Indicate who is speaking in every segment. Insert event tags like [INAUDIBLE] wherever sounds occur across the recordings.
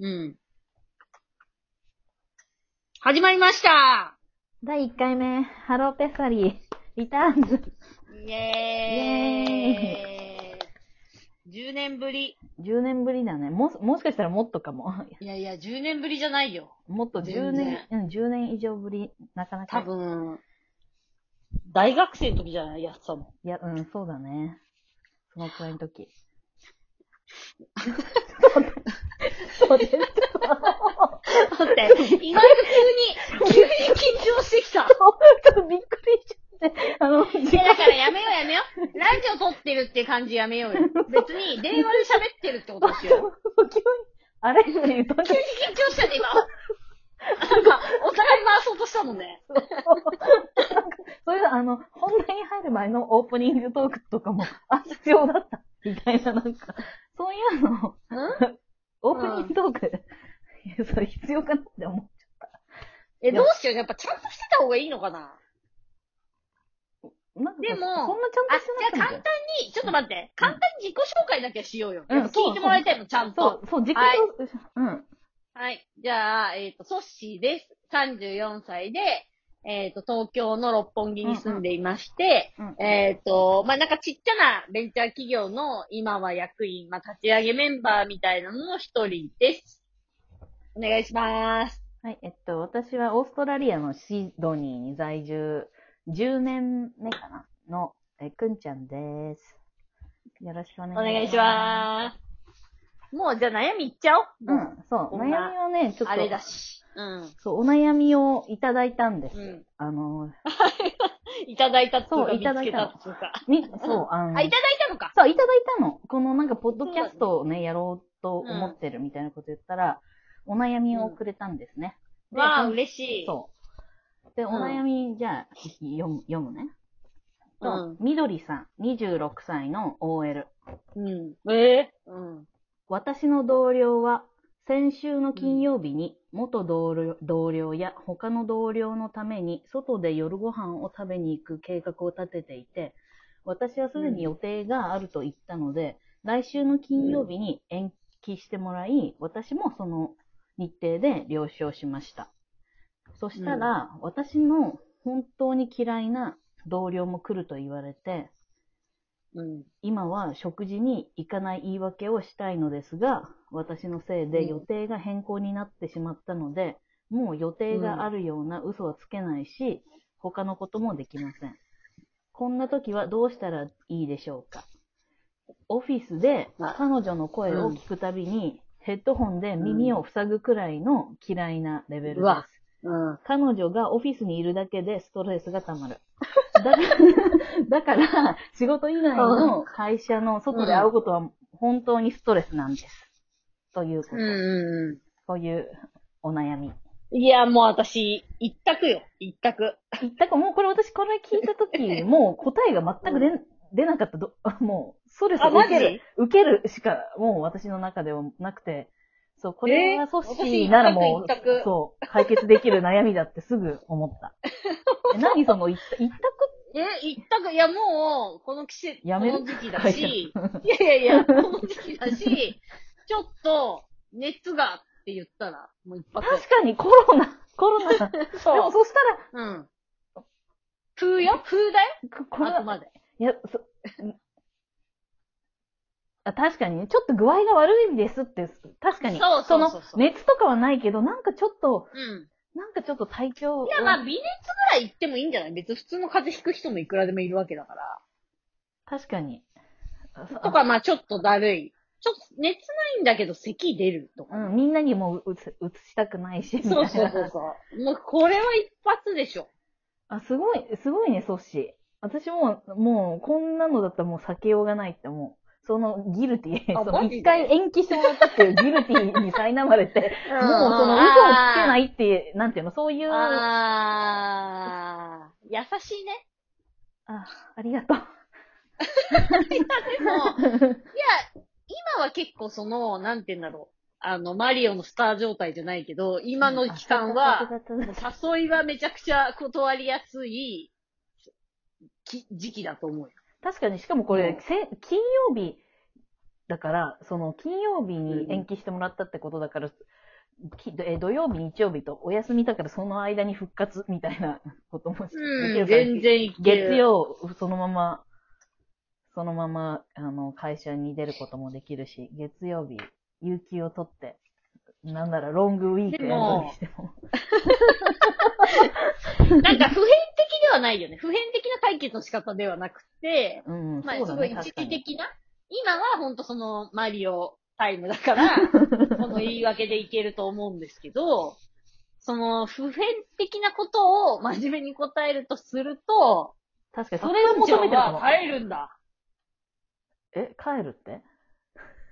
Speaker 1: うん。始まりました
Speaker 2: 第1回目、ハローペッサリー、リターンズ。
Speaker 1: イエーイ !10 年ぶり。
Speaker 2: 10年ぶりだね。もし、もしかしたらもっとかも。
Speaker 1: いやいや、10年ぶりじゃないよ。
Speaker 2: もっと10年、うん、10年以上ぶり、なかなか。
Speaker 1: 多。分、大学生の時じゃないやってたの。
Speaker 2: いや、うん、そうだね。そのくらいの時。そうです。
Speaker 1: だって、意外と [LAUGHS] 急に、急に緊張してきた。
Speaker 2: びっくりしちゃって。あの、
Speaker 1: い
Speaker 2: 時
Speaker 1: や
Speaker 2: 間
Speaker 1: だからやめようやめよ [LAUGHS] う。ラジオ撮ってるって感じやめようよ。別に、電話で喋ってるってことしよう。
Speaker 2: 急に、あれっていうと、
Speaker 1: 急に [LAUGHS] 緊張したね、今。 [LAUGHS] なんか、お互い回そうとしたもんね。
Speaker 2: そういう、あの、本題に入る前のオープニングトークとかも、あ、必要だった。みたいな、なんか、そういうのを、
Speaker 1: ん
Speaker 2: オープニングトーク、いやそれ必要かなって思う。
Speaker 1: え、どうしようやっぱちゃんとしてた方がいいのかな
Speaker 2: なんか
Speaker 1: でも
Speaker 2: そんなち
Speaker 1: あ、
Speaker 2: ゃんとしてなくて
Speaker 1: じゃあ簡単に、ちょっと待って、簡単に自己紹介だけはしようよ。
Speaker 2: うん
Speaker 1: やっぱ聞いてもらいたいの、ちゃん
Speaker 2: そ
Speaker 1: と。
Speaker 2: う、そう、自己、
Speaker 1: はい
Speaker 2: うん。
Speaker 1: はい。じゃあ、えっ、と、ソッシーです。34歳で、えっ、と、東京の六本木に住んでいまして、
Speaker 2: うんうん
Speaker 1: えっ、と、まあ、なんかちっちゃなベンチャー企業の今は役員、まあ、立ち上げメンバーみたいなのの一人です。お願いします。
Speaker 2: はい、えっと、私はオーストラリアのシドニーに在住、10年目かなの、え、くんちゃんです。よろしくお願いし
Speaker 1: お
Speaker 2: ます。
Speaker 1: 願いします。もう、じゃあ悩みいっちゃおう。
Speaker 2: う。ん、そう、
Speaker 1: こ
Speaker 2: 悩
Speaker 1: ん
Speaker 2: み
Speaker 1: な
Speaker 2: をね、ちょっと、
Speaker 1: あれだし。うん。
Speaker 2: そう、お悩みをいただいたんです。
Speaker 1: うん
Speaker 2: あの、
Speaker 1: いただいたっつう
Speaker 2: そ
Speaker 1: か、
Speaker 2: う
Speaker 1: 見
Speaker 2: いた
Speaker 1: つ
Speaker 2: だ
Speaker 1: け
Speaker 2: いた
Speaker 1: た
Speaker 2: の
Speaker 1: っつうか。
Speaker 2: み、そう、あの、
Speaker 1: あ、いただいたのか。
Speaker 2: そう、いただいたの。このなんか、ポッドキャストをね、やろうと思ってるみたいなこと言ったら、お悩みをくれたんですね。で
Speaker 1: わあ、
Speaker 2: うん
Speaker 1: 嬉しい。
Speaker 2: そう。で、
Speaker 1: ん
Speaker 2: お悩み、じゃあ、読む、読むね。
Speaker 1: う
Speaker 2: と、みどりさん、26歳の OL。
Speaker 1: ん。うん。ええうん。
Speaker 2: 私の同僚は、先週の金曜日に、元同僚同僚や他の同僚のために、外で夜ご飯を食べに行く計画を立てていて、私はすでに予定があると言ったので、来週の金曜日に延期してもらい、私もその日程で了承しました。そしたら、私の本当に嫌いな同僚も来ると言われて、
Speaker 1: うん。
Speaker 2: 今は食事に行かない言い訳をしたいのですが、私のせいで予定が変更になってしまったので、もう予定があるような嘘はつけないし、他のこともできません。こんな時はどうしたらいいでしょうかオフィスで
Speaker 1: あ
Speaker 2: 彼女の声を聞くたびに、ヘッドホンで耳を塞ぐくらいの嫌いなレベル
Speaker 1: う
Speaker 2: で
Speaker 1: わ
Speaker 2: す。
Speaker 1: うん。
Speaker 2: 彼女がオフィスにいるだけでストレスが溜
Speaker 1: [LAUGHS]
Speaker 2: まる。だから、だから仕事以外の会社の外で会うことは本当にストレスなんです。ということ。
Speaker 1: うんう
Speaker 2: というお悩み。
Speaker 1: ん。いや、もう私、一択よ。一択。
Speaker 2: だからもうこれ私これ聞いたとき、もう答えが全く出、出なかったど。あ [LAUGHS] もう、ストレス
Speaker 1: あ、
Speaker 2: を
Speaker 1: マ
Speaker 2: 受
Speaker 1: ジ
Speaker 2: ける、受けるしか、もう私の中ではなくて、そう、これは
Speaker 1: えー
Speaker 2: ソッシーならも
Speaker 1: 私一択一
Speaker 2: う、
Speaker 1: 択
Speaker 2: そう、解決できる悩みだってすぐ思
Speaker 1: [LAUGHS]
Speaker 2: った。え何その一一択
Speaker 1: え、一択。いや、もう、この季節、
Speaker 2: やめる
Speaker 1: この時期だし、いやいやい [LAUGHS] や、この時期だし、ちょっと、熱がって言ったら、もう一発。
Speaker 2: 確かにコロナ、 [LAUGHS] コロナ。でも
Speaker 1: そ
Speaker 2: そしたら
Speaker 1: う。うん。風よ風だよ、
Speaker 2: こコロ
Speaker 1: あく
Speaker 2: ナ、
Speaker 1: まで。
Speaker 2: いや、そ、あ確かにね、ちょっと具合が悪いですって、確かに。
Speaker 1: そうそうそうそう
Speaker 2: の、熱とかはないけど、なんかちょっと、
Speaker 1: うん。
Speaker 2: なんかちょっと体調。
Speaker 1: いや、まあ、微熱ぐらい行ってもいいんじゃない別に普通の風邪ひく人もいくらでもいるわけだから。
Speaker 2: 確かに。あそ
Speaker 1: とか、まあ、ちょっとだるい。ちょっと熱ないんだけど、咳出るとか。
Speaker 2: うん、みんなにもううつ、うつしたくないし。みたい
Speaker 1: そう
Speaker 2: な
Speaker 1: そうそうそう。もう、これは一発でしょ。
Speaker 2: あ、すごい、すごいね、ソッシー。私も、もう、こんなのだったらもう避けようがないって思う。その、ギルティー。
Speaker 1: あ
Speaker 2: そ
Speaker 1: マ
Speaker 2: の、
Speaker 1: ジで
Speaker 2: 一回延期してもらったっていうギルティーに苛まれて、
Speaker 1: も。
Speaker 2: もうその嘘をつけないいっていう、なんていうの、そういう、あ
Speaker 1: あー。優しいね。
Speaker 2: ありがとう。 [LAUGHS]
Speaker 1: でも、いや、今は結構その、なんて言うんだろう。あの、マリオのスター状態じゃないけど、今の期間は、誘いはめちゃくちゃ断りやすいき時期だと思うよ。
Speaker 2: 確かに、しかもこれ、
Speaker 1: うん
Speaker 2: せ金曜日だから、その、金曜日に延期してもらったってことだから、きえ土曜日、日曜日とお休みだから、その間に復活みたいな [LAUGHS] こともしでき
Speaker 1: う
Speaker 2: る
Speaker 1: ん、
Speaker 2: から
Speaker 1: 全然いける。
Speaker 2: 月曜、そのまま、そのまま、あの、会社に出ることもできるし、月曜日、有給を取って、なんならロングウィークエンドにしても。
Speaker 1: なんか普遍的ではないよね。普遍的な解決の仕方ではなくて、
Speaker 2: うん、
Speaker 1: まあ、
Speaker 2: そう
Speaker 1: す
Speaker 2: だ
Speaker 1: ごい
Speaker 2: ね、
Speaker 1: 一
Speaker 2: 確
Speaker 1: 時
Speaker 2: かに。
Speaker 1: 的な、今はほんとそのマリオタイムだ [LAUGHS] から、この言い訳でいけると思うんですけど、その普遍的なことを真面目に答えるとすると、
Speaker 2: 確かに、
Speaker 1: そ
Speaker 2: そ
Speaker 1: れ
Speaker 2: れを
Speaker 1: 以上
Speaker 2: 求めてるか
Speaker 1: は
Speaker 2: も。
Speaker 1: 耐えるんだ。
Speaker 2: え、帰るって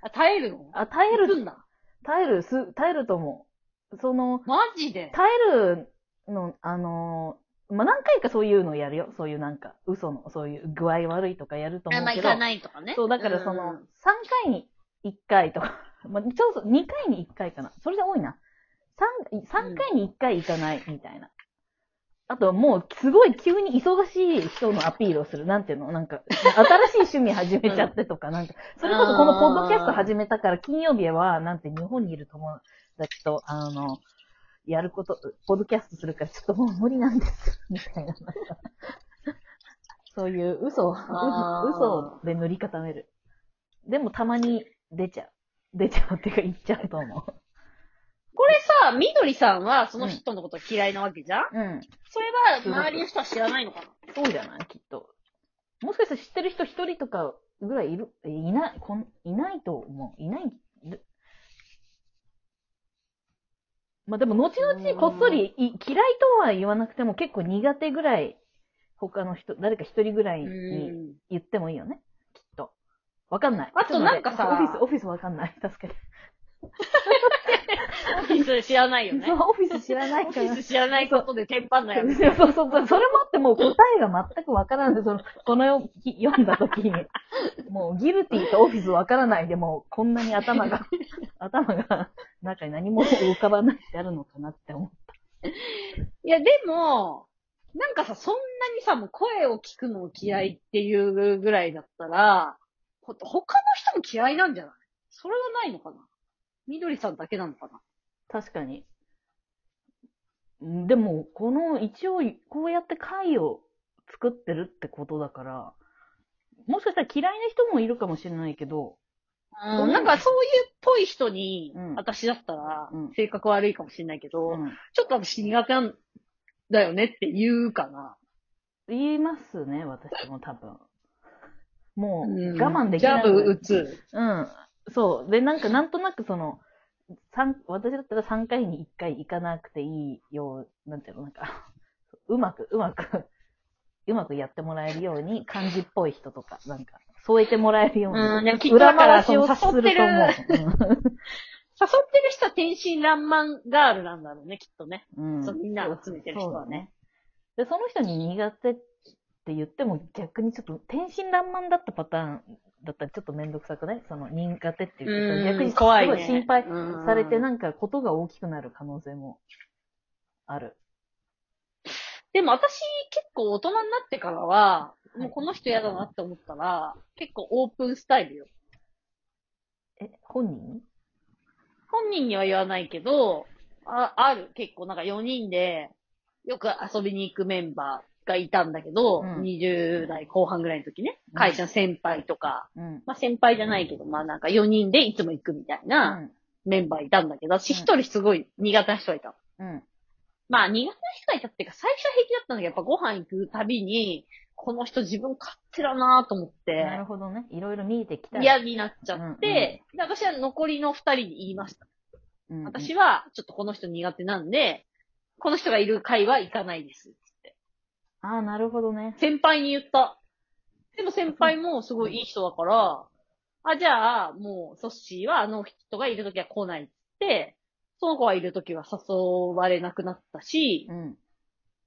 Speaker 1: あ、耐えるの
Speaker 2: あ、耐え
Speaker 1: 行くん
Speaker 2: る、
Speaker 1: だ。
Speaker 2: 耐える、す、耐えると思う。その、
Speaker 1: マジで
Speaker 2: 耐えるの、あのーまあ、何回かそういうのやるよ。そういうなんか、嘘の、そういう具合悪いとかやると思
Speaker 1: あ
Speaker 2: う
Speaker 1: まあ、
Speaker 2: け
Speaker 1: 行
Speaker 2: ど。
Speaker 1: かないとかね。
Speaker 2: そう、だからその、
Speaker 1: う
Speaker 2: 3
Speaker 1: ん
Speaker 2: 回に1回とか、 [LAUGHS] まあ、ちょうど2回に1回かな。それじゃ多いな。3、三回に1回行かないみたいな。あと、もう、すごい急に忙しい人のアピールをする。なんていうのなんか、新しい趣味始めちゃってとか、なんか、それこそこのポッドキャスト始めたから、金曜日は、なんて日本にいる友達と、あの、やること、ポッドキャストするから、ちょっともう無理なんです、みたいな。そういう嘘を、
Speaker 1: あー
Speaker 2: 嘘で塗り固める。でもたまに出ちゃう。出ちゃうっていうか言っちゃうと思う。
Speaker 1: これさ、みどりさんはその人のこと嫌いなわけじゃん、
Speaker 2: うん。
Speaker 1: それは周りの人は知らないのかな
Speaker 2: そうじゃないきっと。もしかしたら知ってる人一人とかぐらいいる、えいない、こん、いないと思う。いない。るまあでも、後々こっそりい、嫌いとは言わなくても結構苦手ぐらい、他の人、誰か一人ぐらいに
Speaker 1: ん。
Speaker 2: 言ってもいいよね。きっと。わかんない。
Speaker 1: あとなんかさ
Speaker 2: ちょっと待ってオフィス、オフィスわかんない。確かに。
Speaker 1: オフィス知らないよね
Speaker 2: そう、。オフィス知らない
Speaker 1: オフ
Speaker 2: から。
Speaker 1: ィス知らないことでテンパんなよ。
Speaker 2: そうそうそう。それもあってもう答えが全くわからんで、その、このよ読んだ時に、もうギルティとオフィスわからないで、もうこんなに頭が、頭が、中に何も浮かばないってあるのかなって思
Speaker 1: [LAUGHS] いや、でも、なんかさ、そんなにさ、もう声を聞くのを嫌いっていうぐらいだったら、ほ他の人も嫌いなんじゃないそれはないのかなみどりさんだけなのかな
Speaker 2: う。確かに。んでも、この、一応、こうやって会を作ってるってことだから、もしかしたら嫌いな人もいるかもしれないけど、
Speaker 1: うんなんかそういうっぽい人に、
Speaker 2: うん
Speaker 1: 私だったら
Speaker 2: うん、
Speaker 1: 性格悪いかもしれないけど、
Speaker 2: うん
Speaker 1: ちょっと私苦手なんだよねって言うかな。
Speaker 2: 言いますね、私も多分。も
Speaker 1: うん
Speaker 2: う、我慢できない。
Speaker 1: ジャブ打つ。
Speaker 2: うん。そう。で、なんか、なんとなくその、三私だったら3回に1回行かなくていいよう、なんていうの、なんか、 [LAUGHS] うまく、うまく、うまくやってもらえるように、漢字っぽい人とか、なんか、添えてもらえるように。
Speaker 1: うんでもきっと
Speaker 2: 裏
Speaker 1: だから
Speaker 2: 回しをすると思う。
Speaker 1: その
Speaker 2: うん
Speaker 1: 誘ってる人は天真爛漫ガールなんだろうね、きっとね。
Speaker 2: うん
Speaker 1: そうみんなを集めてる人はね。
Speaker 2: そうだねで、その人に苦手って言っても逆にちょっと天真爛漫だったパターンだったらちょっとめんどくさくないその苦手っていうこと
Speaker 1: うん
Speaker 2: は逆に
Speaker 1: 怖いね
Speaker 2: すごい心配
Speaker 1: うん
Speaker 2: されてなんかことが大きくなる可能性もある。
Speaker 1: でも私結構大人になってからは、もうこの人嫌だなって思ったら、結構オープンスタイルよ。
Speaker 2: え、本人に
Speaker 1: 本人には言わないけど、あある、結構なんか4人で、よく遊びに行くメンバーがいたんだけど、
Speaker 2: うん
Speaker 1: 20代後半ぐらいの時ね、
Speaker 2: うん
Speaker 1: 会社の先輩とか、
Speaker 2: うん。
Speaker 1: まあ先輩じゃないけど、まあなんか4人でいつも行くみたいなメンバーいたんだけど、私一人すごい苦手な人がいたの。
Speaker 2: うん。
Speaker 1: まあ、苦手な人がいたっていうか、最初は平気だったんだけど、やっぱご飯行くたびに、この人自分勝手だなと思っ
Speaker 2: な
Speaker 1: て
Speaker 2: る、ほどね。いろいろ見えてきた。
Speaker 1: 嫌になっちゃ
Speaker 2: うんうん
Speaker 1: って、で私は残りの二人に言いました。
Speaker 2: うん、うん
Speaker 1: 私は、ちょっとこの人苦手なんで、この人がいる会は行かないです。って
Speaker 2: ああ、なるほどね。
Speaker 1: 先輩に言った。でも先輩もすごいいい人だから、あ、じゃあ、もう、ソッシーはあの人がいるときは来ないって、その子がいるときは誘われなくなったし
Speaker 2: う、ん。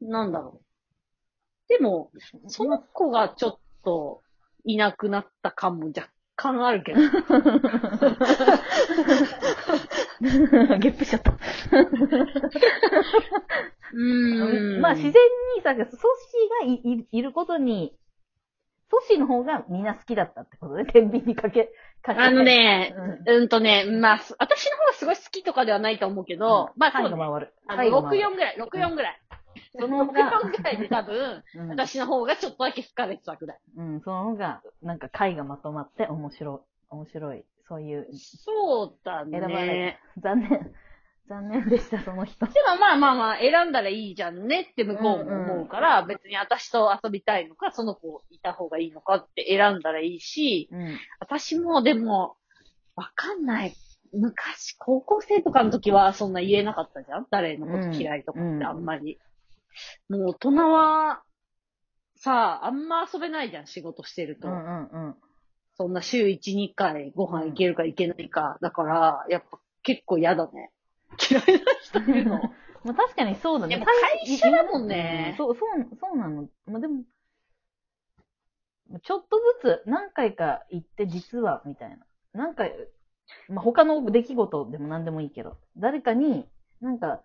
Speaker 1: なんだろう。でも、その子がちょっといなくなった感も若干あるけ
Speaker 2: [LAUGHS]
Speaker 1: ど。
Speaker 2: ゲップしちゃった。
Speaker 1: う
Speaker 2: まあ自然にさ、ソッシー [LAUGHS] がいいいることに、ソッシーの方がみんな好きだったってことね。天秤にかけ、
Speaker 1: あの、ね、
Speaker 2: うん。
Speaker 1: うんとね、まあ、す私の方はすごい好きとかではないと思うけど、まあ
Speaker 2: タ
Speaker 1: そ
Speaker 2: イ
Speaker 1: うだ
Speaker 2: が
Speaker 1: ね。
Speaker 2: 回る。
Speaker 1: あ
Speaker 2: タイ
Speaker 1: の、
Speaker 2: が回る。
Speaker 1: 64ぐらい、64ぐらい。
Speaker 2: その方が、
Speaker 1: 64ぐらいで多分、
Speaker 2: うん
Speaker 1: 私の方がちょっとだけ好かれてたぐらい。
Speaker 2: うん、その方が、なんか回がまとまって面白い。面白い。そういう、
Speaker 1: そうだね。
Speaker 2: 選ばない残念、残念でした、その人。
Speaker 1: でもまあまあまあ、選んだらいいじゃんねって向こうも思うから、別に私と遊びたいのか、その子いた方がいいのかって選んだらいいし、
Speaker 2: うん。
Speaker 1: 私もでも、わかんない。昔、高校生とかの時はそんな言えなかったじゃん誰のこと嫌いとか
Speaker 2: う
Speaker 1: っ
Speaker 2: ん
Speaker 1: てあんまり。もう大人は、さあ、あんま遊べないじゃん、仕事してると。
Speaker 2: うんうんうん。
Speaker 1: そんな週1、2回ご飯行けるか行けないか。だから、やっぱ結構嫌だね。嫌いな人いるの
Speaker 2: [LAUGHS] まあ確かにそうだね。
Speaker 1: でも会社だもんね
Speaker 2: うそう、そう、そうなの。まあでも、ちょっとずつ何回か行って実は、みたいな。何回、まあ他の出来事でも何でもいいけど、誰かに、なんか、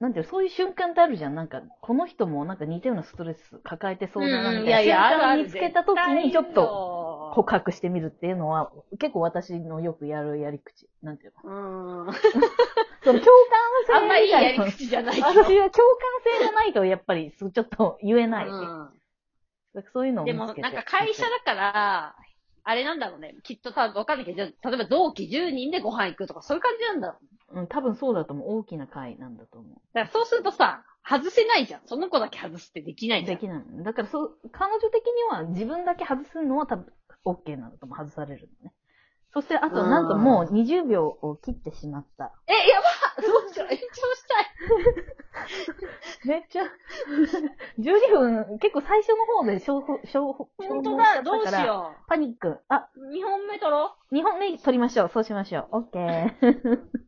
Speaker 2: なんていうのそういう瞬間ってあるじゃん。なんか、この人もなんか似たようなストレス抱えてそうだな、みたいな。瞬間を見つけた時にちょっと
Speaker 1: と。
Speaker 2: 告白してみるっていうのは、結構私のよくやるやり口。なんていうの
Speaker 1: うん。
Speaker 2: その共感
Speaker 1: あ
Speaker 2: 性
Speaker 1: んまいい
Speaker 2: 以外
Speaker 1: や
Speaker 2: の
Speaker 1: り口じゃないけ
Speaker 2: 私
Speaker 1: ど
Speaker 2: は。共感性がないと、やっぱり、そうちょっと言え [LAUGHS] ない。そういう
Speaker 1: う
Speaker 2: のを
Speaker 1: ん、
Speaker 2: 見
Speaker 1: で
Speaker 2: つけて
Speaker 1: も、なんか会社だから、あれなんだろうね。きっとさ、わかんないけど、じゃあ例えば同期10人でご飯行くとか、そういう感じなんだろう。
Speaker 2: うん、多分そうだと思う。大きな会なんだと思
Speaker 1: だからそうするとさ、外せないじゃん。その子だけ外すってできな
Speaker 2: う。
Speaker 1: いじゃ
Speaker 2: で
Speaker 1: ん。
Speaker 2: きない。だから、そう、彼女的には自分だけ外すのは多分 OK なんだと思う。外されるのね。そして、あと、なんともう20秒を切ってしま
Speaker 1: [LAUGHS]
Speaker 2: った。
Speaker 1: え、やばどうし
Speaker 2: [LAUGHS]
Speaker 1: よう延長したい
Speaker 2: めっち [LAUGHS] ゃ、12分、結構最初の方で消耗、消耗、
Speaker 1: 本当
Speaker 2: 消耗しちゃ
Speaker 1: だ、
Speaker 2: った
Speaker 1: どう
Speaker 2: か
Speaker 1: し
Speaker 2: ら
Speaker 1: よ
Speaker 2: パニック。あ、
Speaker 1: う。2本目取ろ
Speaker 2: 2本目取りましょう。そうしましょう。OK。
Speaker 1: う。